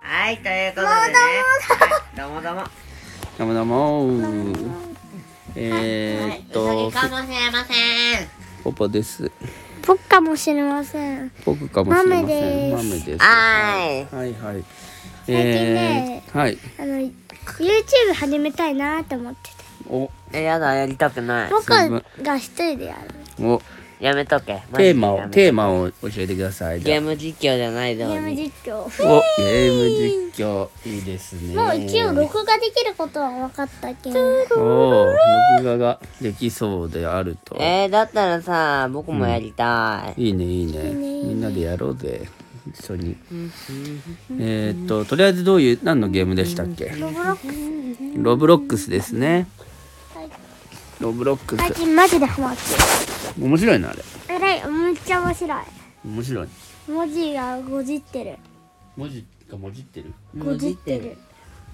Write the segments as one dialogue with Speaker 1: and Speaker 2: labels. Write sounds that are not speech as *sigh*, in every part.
Speaker 1: はい、ということでね。はいどうもどうも。
Speaker 2: どうもどうもえーっ
Speaker 1: う
Speaker 2: と、
Speaker 1: *laughs* さぎかもしれません。
Speaker 2: ポポです。
Speaker 3: 僕かもしれません。
Speaker 2: 僕かもしれません。
Speaker 3: 豆です
Speaker 2: 豆です。
Speaker 1: は
Speaker 2: はいはい。
Speaker 3: 近ね
Speaker 2: えー、はい。
Speaker 3: あの YouTube 始めたいなって思ってて。
Speaker 1: ー
Speaker 2: お、
Speaker 1: い。え、やだ、やりたくない。
Speaker 3: 僕
Speaker 2: すごい
Speaker 3: が一人でやる。
Speaker 2: お、
Speaker 1: やめとけ。マジで
Speaker 2: テーマ
Speaker 1: や
Speaker 2: を、
Speaker 1: め
Speaker 2: テーマを教えてください。じ
Speaker 1: ゲ
Speaker 2: ゃ
Speaker 1: ーム実況じゃない
Speaker 3: ゲ
Speaker 1: の
Speaker 3: ーム
Speaker 1: に。
Speaker 3: 実況。
Speaker 2: あお、ゲーム実況、いいですね。
Speaker 3: もう一応録画できることは分かったけど。
Speaker 2: おー録画ができそうであると。
Speaker 1: えー、だったらさ、僕もやりたい。
Speaker 2: いいね、いいね。みんなでやろうぜ。一緒に。えーっと、とりあえずどういう、何のゲームでしたっけ
Speaker 3: ロブロック
Speaker 2: ロブロックスですね。
Speaker 3: はい
Speaker 2: ロブロック
Speaker 3: 最
Speaker 2: ス。
Speaker 3: 近マジでハマって
Speaker 2: 面白いな、あれ。
Speaker 3: る。えらい、めっちゃ面白い。
Speaker 2: 面白い。
Speaker 3: 文字がごじってる。
Speaker 2: 文字がもじってる。
Speaker 3: ごじってる。。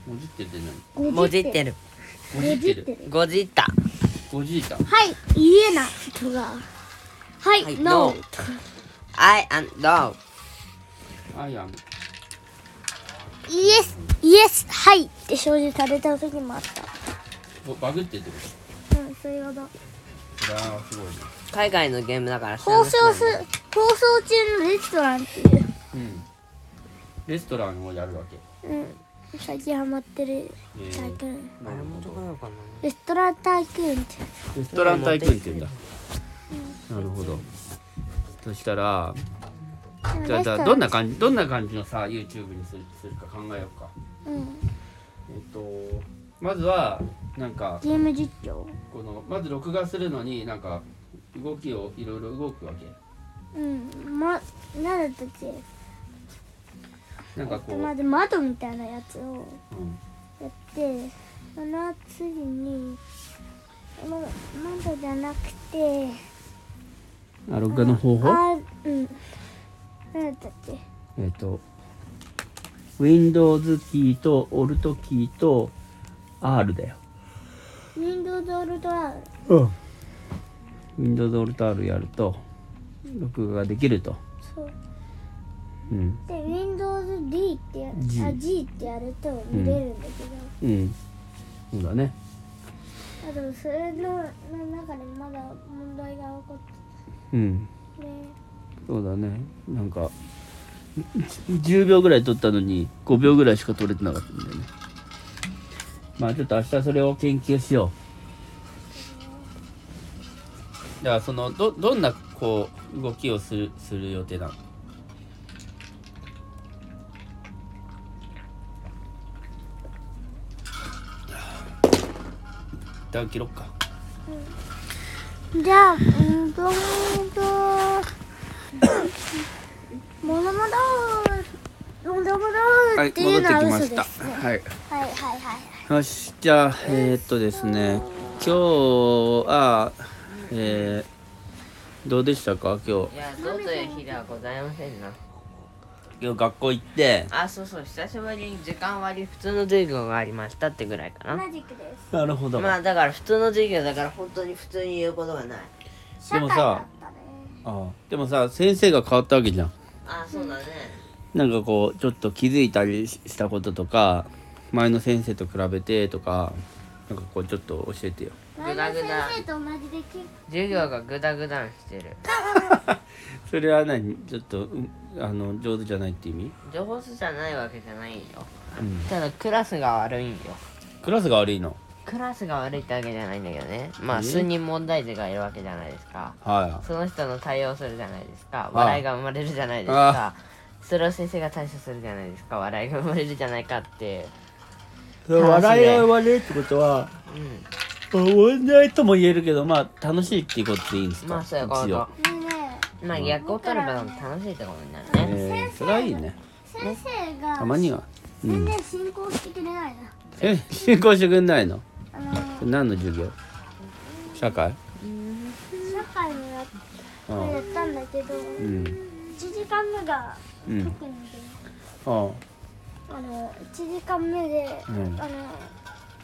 Speaker 2: もじってるって
Speaker 1: もじって。る。
Speaker 2: 何
Speaker 3: ごじって。る。
Speaker 1: ごじった。
Speaker 2: ごじいた。
Speaker 3: はい、言えなとが。はい、
Speaker 1: はい no。
Speaker 3: ノー
Speaker 1: I and no.
Speaker 2: アイアン。
Speaker 3: イエス、イエス、はいって表示された時もあった。
Speaker 2: おバグってるってこ
Speaker 3: うん、そういうこと。
Speaker 2: と。わあ、すごいね。
Speaker 1: 海外のゲームだから知らな
Speaker 3: 放
Speaker 1: く
Speaker 3: 送
Speaker 1: ても
Speaker 3: す、放送中のレストランっていう。
Speaker 2: うん。レストランをやるわけ。
Speaker 3: うん、最近ハマってるタイクーン。
Speaker 1: あれもどこなのかな
Speaker 3: レストランタイクーンって。
Speaker 2: レストランタイクーンって言うんだ。なるほど。そしたら、じゃあ、じゃあどん
Speaker 3: な。
Speaker 2: な感じ、どんな感じのさ、YouTube にするするか考えようか。
Speaker 3: うん、
Speaker 2: えっと、まずは、なんか、
Speaker 3: ゲーム実況。
Speaker 2: この、まず録画するのに、なんか、動きをいろいろ動くわけ。
Speaker 3: うん、ま、なんだったっけ。
Speaker 2: なんかこう、
Speaker 3: まず窓みたいなやつを
Speaker 2: うん
Speaker 3: やって。その次に。ま、窓じゃなくて。
Speaker 2: あ録画の方法
Speaker 3: あ、うん。なんだったっけ。
Speaker 2: えっ、と Windows キーと Alt キーと R だよ、
Speaker 3: ウィンドウドールドア。
Speaker 2: うん、Windows Alt R やると録画ができると、
Speaker 3: そう。
Speaker 2: うん
Speaker 3: で、Windows D ってや
Speaker 2: G
Speaker 3: あ G ってやると見れるんだけど、
Speaker 2: うん、そうだね
Speaker 3: あとそれのの中でまだ問題が起こ
Speaker 2: うん
Speaker 3: って
Speaker 2: そうだねなんか10秒ぐらい撮ったのに5秒ぐらいしか撮れてなかったんだよねまあちょっと明日それを研究しようじゃあそのどどんなこう動きをするする予定なの一旦切ろっか
Speaker 3: じゃあうんとうんとものもどものもどっていうのは嘘です、ねは
Speaker 2: い
Speaker 3: い、はいはいはい
Speaker 2: よしじゃあえーっとですね今日はえーどうでしたか今日
Speaker 1: いや、そうという日ではございませんな。
Speaker 2: 今日学校行って
Speaker 1: あ、そうそう、久しぶりに時間割り普通の授業がありましたってぐらいかな。
Speaker 3: マジックで
Speaker 2: なるほど
Speaker 1: まあだから普通の授業だから本当に普通に言うことがない
Speaker 3: す
Speaker 2: でも
Speaker 3: 社会だ
Speaker 2: さ
Speaker 3: ったね
Speaker 2: あでもさ先生が変わったわけじゃん
Speaker 1: あそうだね
Speaker 2: なんかこうちょっと気づいたりししたこととか前の先生と比べてとかなんかこうちょっと教えてよ
Speaker 3: 前の先生と同じで結
Speaker 1: 授業がグダグダしてる
Speaker 2: それは何ちょっと、うんあの上手じゃないって意味、
Speaker 1: 上手じゃないわけじゃないよ
Speaker 2: うん、
Speaker 1: ただクラスが悪いんよ
Speaker 2: クラスが悪いの
Speaker 1: クラスが悪いってわけじゃないんだけどねま
Speaker 2: え
Speaker 1: あ数人問題児がいるわけじゃないですか
Speaker 2: は
Speaker 1: その人の対応するじゃないですか笑いが生まれるじゃないです
Speaker 2: あ
Speaker 1: かそれを先生が対処するじゃないですか笑いが生まれるじゃないかって
Speaker 2: い
Speaker 1: 笑いが生
Speaker 2: まれるってことは
Speaker 1: うん
Speaker 2: 問題とも言えるけどまあ楽しいっていうことでいいんですか
Speaker 1: まあそういうこ
Speaker 2: 一応
Speaker 1: と
Speaker 3: 構ねえ
Speaker 1: まあ逆を取れば楽しいってことになるね
Speaker 2: えー、それはいいね
Speaker 3: 先生が
Speaker 2: たまにはう
Speaker 3: 全
Speaker 2: ん
Speaker 3: 然進行してくれないな、
Speaker 2: え進行してくんないの
Speaker 3: あのー
Speaker 2: 何の授業社会
Speaker 3: 社会のやつ
Speaker 2: う
Speaker 3: を
Speaker 2: ん
Speaker 3: やったんだけど、
Speaker 2: うん
Speaker 3: 1時間目が
Speaker 2: うん
Speaker 3: 特に、
Speaker 2: あ
Speaker 3: あの1時間目で、
Speaker 2: うん
Speaker 3: あの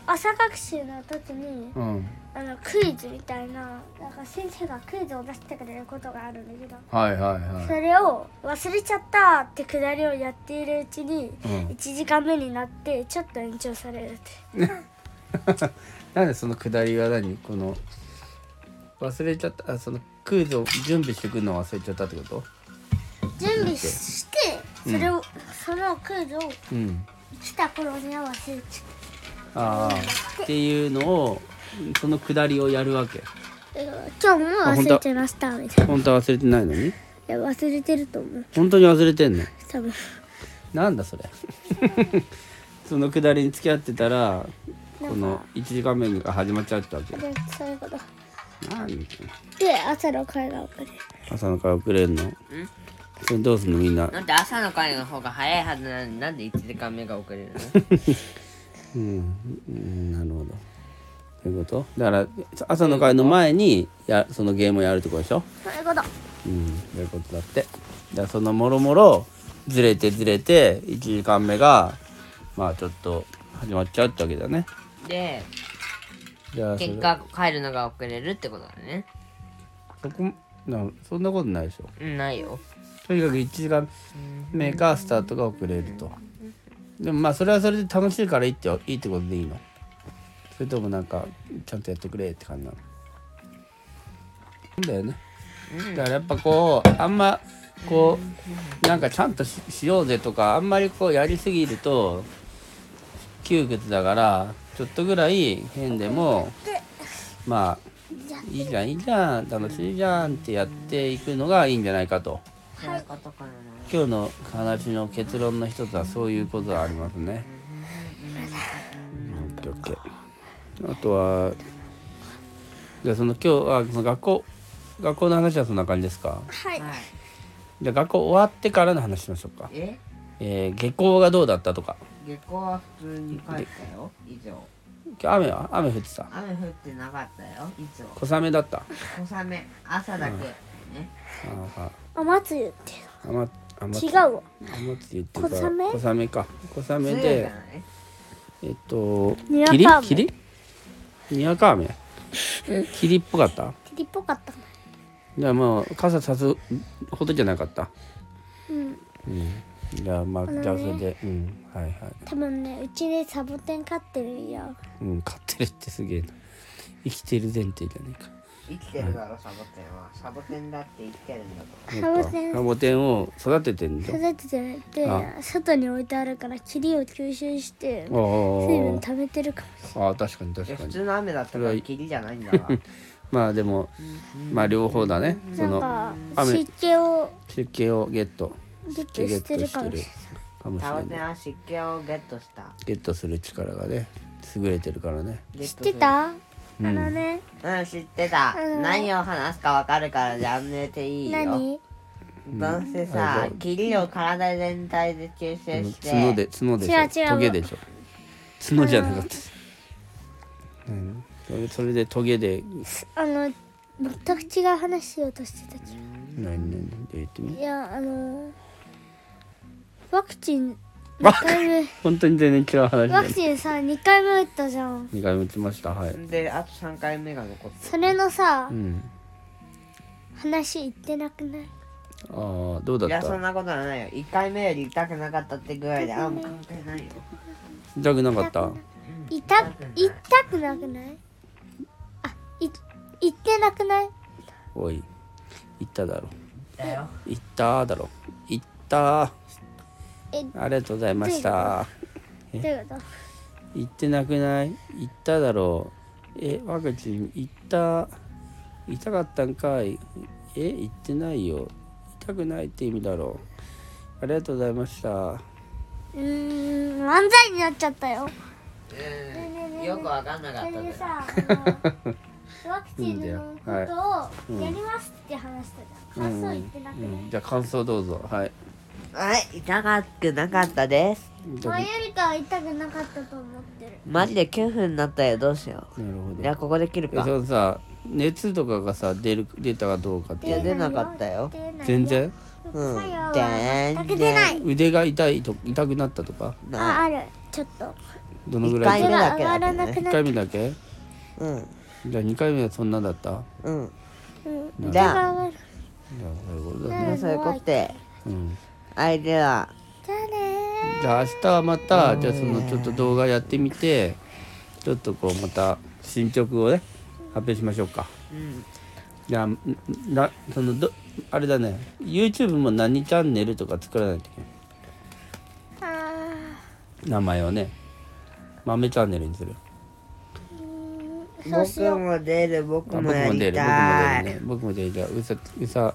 Speaker 3: 朝学習の時に
Speaker 2: うん
Speaker 3: あのクイズみたいななんか先生がクイズを出してくれることがあるんだけど
Speaker 2: はいはいは
Speaker 3: そ
Speaker 2: い
Speaker 3: れを忘れちゃったってくだりをやっているうちに
Speaker 2: うん
Speaker 3: 1時間目になってちょっと延長されるって
Speaker 2: なんでその下りは何この忘れちゃったあそのクイズを準備してくるのを忘れちゃったってこと
Speaker 3: 準備してそれを、そのクイズを
Speaker 2: うん
Speaker 3: 来た頃には忘れち
Speaker 2: ああっていうのをその下りをやるわけ
Speaker 3: ゃう今日も忘れてましたみたい
Speaker 2: 本当は忘れてないのに
Speaker 3: ないや忘れてると思う
Speaker 2: 本当に忘れてんの
Speaker 3: 多分
Speaker 2: なんだそれ *laughs* その下りに付き合ってたら
Speaker 3: なんか
Speaker 2: この1時間目が始まっちゃったわけ
Speaker 3: でそういうこと
Speaker 2: なん
Speaker 3: で朝の会が遅れる
Speaker 2: 朝の会遅れるのそれどうすんのみんな
Speaker 1: なんで朝の会の方が早いはずなのになんで1時間目が遅れるの
Speaker 2: うん、うん、なるほどそういうことだから朝の会の前にやそのゲームをやるってことでしょ
Speaker 3: そういうこと
Speaker 2: うんそういうことだってだからそのもろもろずれてずれて1時間目がまあちょっと始まっちゃうってわけだね
Speaker 1: で
Speaker 2: じゃあそれ
Speaker 1: 結果帰るのが遅れるってことだね
Speaker 2: そこなそんなことないでしょ
Speaker 1: うんないよ
Speaker 2: とにかく1時間目がスタートが遅れるとでもまあそれはそれで楽しいからいいっていいってことでいいのそれともなんかちゃんとやってくれって感じなのだよねだからやっぱこうあんまこうなんかちゃんとししようぜとかあんまりこうやりすぎると窮屈だからちょっとぐらい変でもまあいいじゃんいいじゃん楽しいじゃんってやっていくのがいいんじゃないかと。
Speaker 1: そういうことかな
Speaker 2: 今日の話の結論の一つはそういうことがありますね。オッケーオッケーあとはじゃあその今日はその学校学校の話はそんな感じですか
Speaker 3: はい
Speaker 1: はい
Speaker 2: じゃあ学校終わってからの話しましょうか、
Speaker 1: え
Speaker 2: えー、下校がどうだったとか
Speaker 1: 下校は普通に帰ったよ以上
Speaker 2: 今日雨は雨降ってた
Speaker 1: 雨降ってなかったよいつも
Speaker 2: 小雨だったあ
Speaker 1: 小雨朝だけ、ね
Speaker 2: ーは
Speaker 3: 雨つゆって
Speaker 2: ー雨雨
Speaker 3: 違
Speaker 2: つ
Speaker 3: うわ
Speaker 2: 雨って言ってるから
Speaker 3: 小雨
Speaker 2: 小雨か小
Speaker 1: 梅
Speaker 2: 雨
Speaker 1: 雨じ
Speaker 2: で
Speaker 1: ゃない
Speaker 2: えっと
Speaker 3: にわ
Speaker 2: 霧
Speaker 3: か雨
Speaker 2: 霧にわか雨霧っぽかった
Speaker 3: 霧っぽかったな
Speaker 2: じゃあまあ傘さすほどじゃなかった。
Speaker 3: うん
Speaker 2: うん。じゃあまあ、
Speaker 3: のね
Speaker 2: じゃあそれで、うん、はいはい。
Speaker 3: 多分ねうちでサボテン飼ってるよ
Speaker 2: うん、飼ってるってすげえな。生きてる前提じゃね
Speaker 1: 生きてるだろサボテンはサボテンだって生きてるんだと
Speaker 2: えか。
Speaker 3: サボテン
Speaker 2: サボテンを育ててんでしょ。
Speaker 3: 育てて
Speaker 2: あ
Speaker 3: て外に置いてあるから霧を吸収し
Speaker 2: あ
Speaker 3: て
Speaker 2: あ
Speaker 3: 水分溜めてるかもし
Speaker 2: ああああ確かに
Speaker 1: い
Speaker 2: 確
Speaker 1: や
Speaker 2: か
Speaker 1: 普
Speaker 2: に。
Speaker 1: 通の雨だったから霧じゃ
Speaker 3: *laughs*
Speaker 1: ないんだわ
Speaker 2: まあでも、まあ両方だね。
Speaker 3: れ
Speaker 2: そ
Speaker 3: ない
Speaker 2: の
Speaker 3: なんか
Speaker 2: 雨
Speaker 3: 湿気を
Speaker 2: 湿気をゲット。
Speaker 3: ゲッ
Speaker 2: ゲ
Speaker 3: ト
Speaker 2: ッ
Speaker 3: して
Speaker 2: ト
Speaker 3: る
Speaker 2: して
Speaker 3: かも
Speaker 2: るかも
Speaker 3: しれない
Speaker 2: しれ
Speaker 1: サボテン
Speaker 2: ない。
Speaker 1: は湿気をゲットした
Speaker 2: ゲットする力がね、優れてるからね。
Speaker 1: ゲット
Speaker 3: 知っ
Speaker 1: する
Speaker 3: てたあのね
Speaker 1: うん知ってた
Speaker 3: うん
Speaker 1: 何を話すかわかるからじゃあやめていいよ
Speaker 3: 何
Speaker 1: どうせさ霧を体全体で吸収して
Speaker 2: 角で角でしょ
Speaker 3: 違う違う
Speaker 2: トゲでしょ角じゃなかったうんそれそれでトゲで
Speaker 3: あの全く違う話しようとしてたけ
Speaker 2: 何何何言ってみ
Speaker 3: どいやあのワクチン2回目
Speaker 2: 本当に全然違う話だ
Speaker 3: ワク
Speaker 2: ね
Speaker 3: チンさ2回目打ったじゃん
Speaker 2: 二回打ちましたはい
Speaker 1: であと3回目が残って
Speaker 3: それのさ
Speaker 2: うん
Speaker 3: 話言ってなくない
Speaker 2: ああどう
Speaker 1: るい
Speaker 2: だっ
Speaker 1: やそん
Speaker 2: た
Speaker 1: なことはないよ1回目より痛くなかったってぐらいであもう関係ないよ
Speaker 2: 痛くなかった
Speaker 3: 痛痛くなくないあい言ってなくない
Speaker 2: おい行っただろ
Speaker 1: だよ
Speaker 2: 行っただろ行った
Speaker 3: え
Speaker 2: ありがとうございました
Speaker 3: どういうこと
Speaker 2: 行ってなくない行っただろうえワクチン行った痛かったんかいえ行ってないよ痛くないって意味だろうありがとうございました
Speaker 3: うーん漫才になっちゃったよ
Speaker 1: うんよくわかんなか
Speaker 3: そ
Speaker 1: った
Speaker 3: れ
Speaker 1: けど
Speaker 3: でさあ
Speaker 2: *laughs*
Speaker 3: のワクチンのこと
Speaker 2: いうん
Speaker 3: をやりますって話してた感想言ってなく
Speaker 2: う
Speaker 3: ない
Speaker 2: んじゃあ感想どうぞはい
Speaker 1: はい痛かくなかったです
Speaker 2: な
Speaker 3: 前
Speaker 2: る
Speaker 3: よりかは痛くなかったと思ってる
Speaker 1: マジで9分になったよどうしよ
Speaker 2: ほ
Speaker 1: う
Speaker 2: ど
Speaker 1: いやここで切る
Speaker 2: えそ
Speaker 1: か
Speaker 2: のさ熱とかがさ出る出たかどうかっ
Speaker 1: いや
Speaker 2: て
Speaker 1: 出なかったよ
Speaker 3: 出ないよ
Speaker 2: 全然
Speaker 1: うん
Speaker 3: 作用は
Speaker 1: 全然
Speaker 3: 全く出ない
Speaker 2: 腕が痛いと痛くなったとか
Speaker 1: な
Speaker 3: ああるちょっと
Speaker 2: どのぐらい
Speaker 3: 手
Speaker 2: 1
Speaker 4: 一
Speaker 3: が上がらなくなっ
Speaker 2: 回目だけ
Speaker 4: うん
Speaker 2: じゃあ2回目はそんなだった
Speaker 4: うん
Speaker 3: うん
Speaker 4: ん
Speaker 3: 手が上がる
Speaker 2: じゃあそういうことだ
Speaker 3: う
Speaker 2: ね、
Speaker 3: ん
Speaker 4: そういうことで
Speaker 2: うん、
Speaker 4: 相手は
Speaker 3: じゃあね
Speaker 2: じゃあ明日はまたじゃあそのちょっと動画やってみてちょっとこうまた進捗をね発表しましょうか
Speaker 1: うん
Speaker 2: じゃあんなそのどあれだね YouTube も何チャンネルとか作らないといけない
Speaker 3: ーあ
Speaker 2: 名前をね豆チャンネルにする
Speaker 3: ーそうし
Speaker 4: 僕
Speaker 3: よう
Speaker 4: も出る僕
Speaker 2: あ
Speaker 4: もやりたい
Speaker 2: 僕も出る僕も出るね僕も出るじゃあうさうさ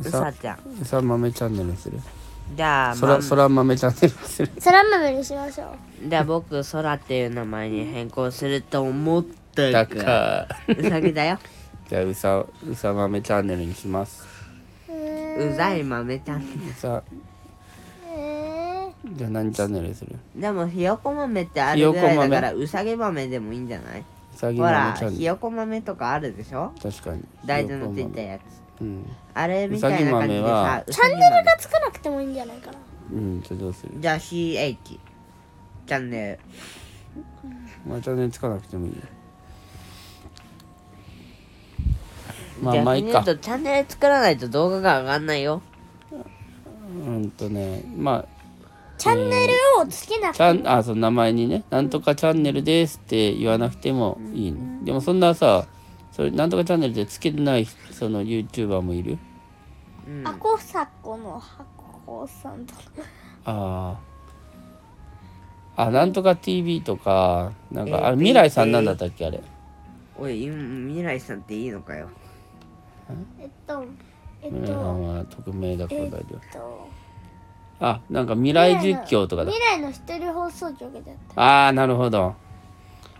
Speaker 4: うさちゃん
Speaker 2: うさ豆チャンネルにする
Speaker 4: じゃあ
Speaker 2: そら
Speaker 4: ま
Speaker 2: そら豆チャンネルにする
Speaker 3: そら豆にしましょう
Speaker 1: じゃあ僕空っていう名前に変更すると思った
Speaker 2: だ
Speaker 1: か
Speaker 2: からら
Speaker 1: うさぎだよ
Speaker 2: じゃあうさうさ豆チャンネルにします
Speaker 3: え
Speaker 1: うざい豆ちゃん
Speaker 2: うさ
Speaker 3: え
Speaker 2: じゃあ何チャンネルにする
Speaker 1: でもひよこ豆ってあるぐらいだからうさぎ豆でもいいんじゃないう
Speaker 2: さぎ
Speaker 1: ほ
Speaker 2: 豆
Speaker 1: ら
Speaker 2: チャン
Speaker 1: ひ
Speaker 2: ネル
Speaker 1: よこ豆とかあるでしょ
Speaker 2: 確かに
Speaker 1: 大豆のついたやつ
Speaker 2: うん
Speaker 1: あれみたいな感じでさ
Speaker 2: う
Speaker 3: ーチャンネルがつかなくてもいいんじゃないかな
Speaker 2: うんじゃあどうする
Speaker 1: じゃあ CH チャンネ
Speaker 2: まあチャンネルつかなくてもいいよ
Speaker 1: ル
Speaker 2: まあまあいいか
Speaker 1: 逆に言うとチャンネル作らないと動画が上がんないよ
Speaker 2: うんとねまあ
Speaker 3: チャンネルをつけなく
Speaker 2: ちゃんあその名前にね「なんとかチャンネルです」って言わなくてもいいのでもそんなさそれなんとかチャンネルでつけてないその YouTuber もいる
Speaker 1: うん
Speaker 3: あこさこの箱さんとか
Speaker 2: あーあなんとか TV とかなんかあれ
Speaker 1: APT
Speaker 2: 未来さんなんだったっけあれ
Speaker 1: おい今未来さんっていいのかよ
Speaker 3: えっとえっ
Speaker 2: 未来さん
Speaker 3: と
Speaker 2: は匿名だから大丈夫
Speaker 3: えっと
Speaker 2: あなんか未来実況とかだ
Speaker 3: 未来の一人放送局だっ
Speaker 2: ああなるほど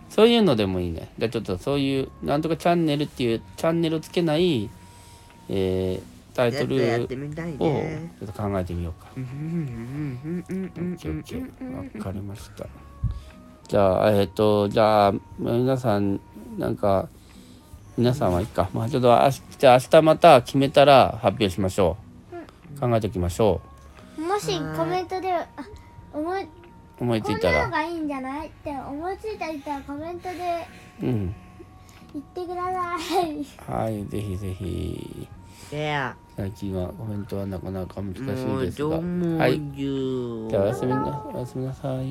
Speaker 2: そういうのでもいいねじゃあちょっとそういうなんとかチャンネルっていうチャンネルをつけない、えータイ
Speaker 1: ちょ
Speaker 2: ト
Speaker 1: っとやって
Speaker 2: ル
Speaker 1: みたい
Speaker 2: を
Speaker 1: ね
Speaker 2: ちょっと考えてみようか
Speaker 1: うんうんうんうんうんうんうん
Speaker 2: OKOK わかりましたじゃあえっ、とじゃあ皆さんなんか皆さんはいいかまあちょっとあしじゃあ明日また決めたら発表しましょう考えておきましょ
Speaker 3: たもしコメントであ思いう
Speaker 2: 思いつ
Speaker 3: こ
Speaker 2: い
Speaker 3: ん
Speaker 2: た
Speaker 3: なの
Speaker 2: ら
Speaker 3: がいいんじゃないって思いついた人はコメントで
Speaker 2: うん
Speaker 3: 言ってください
Speaker 2: はいぜひぜひ
Speaker 1: いや
Speaker 2: 最近はコメントはなかなか難しい
Speaker 1: もう
Speaker 2: ですが
Speaker 1: 縄文
Speaker 2: はい
Speaker 1: 獣
Speaker 2: じゃあおやすみなおやすみなさい。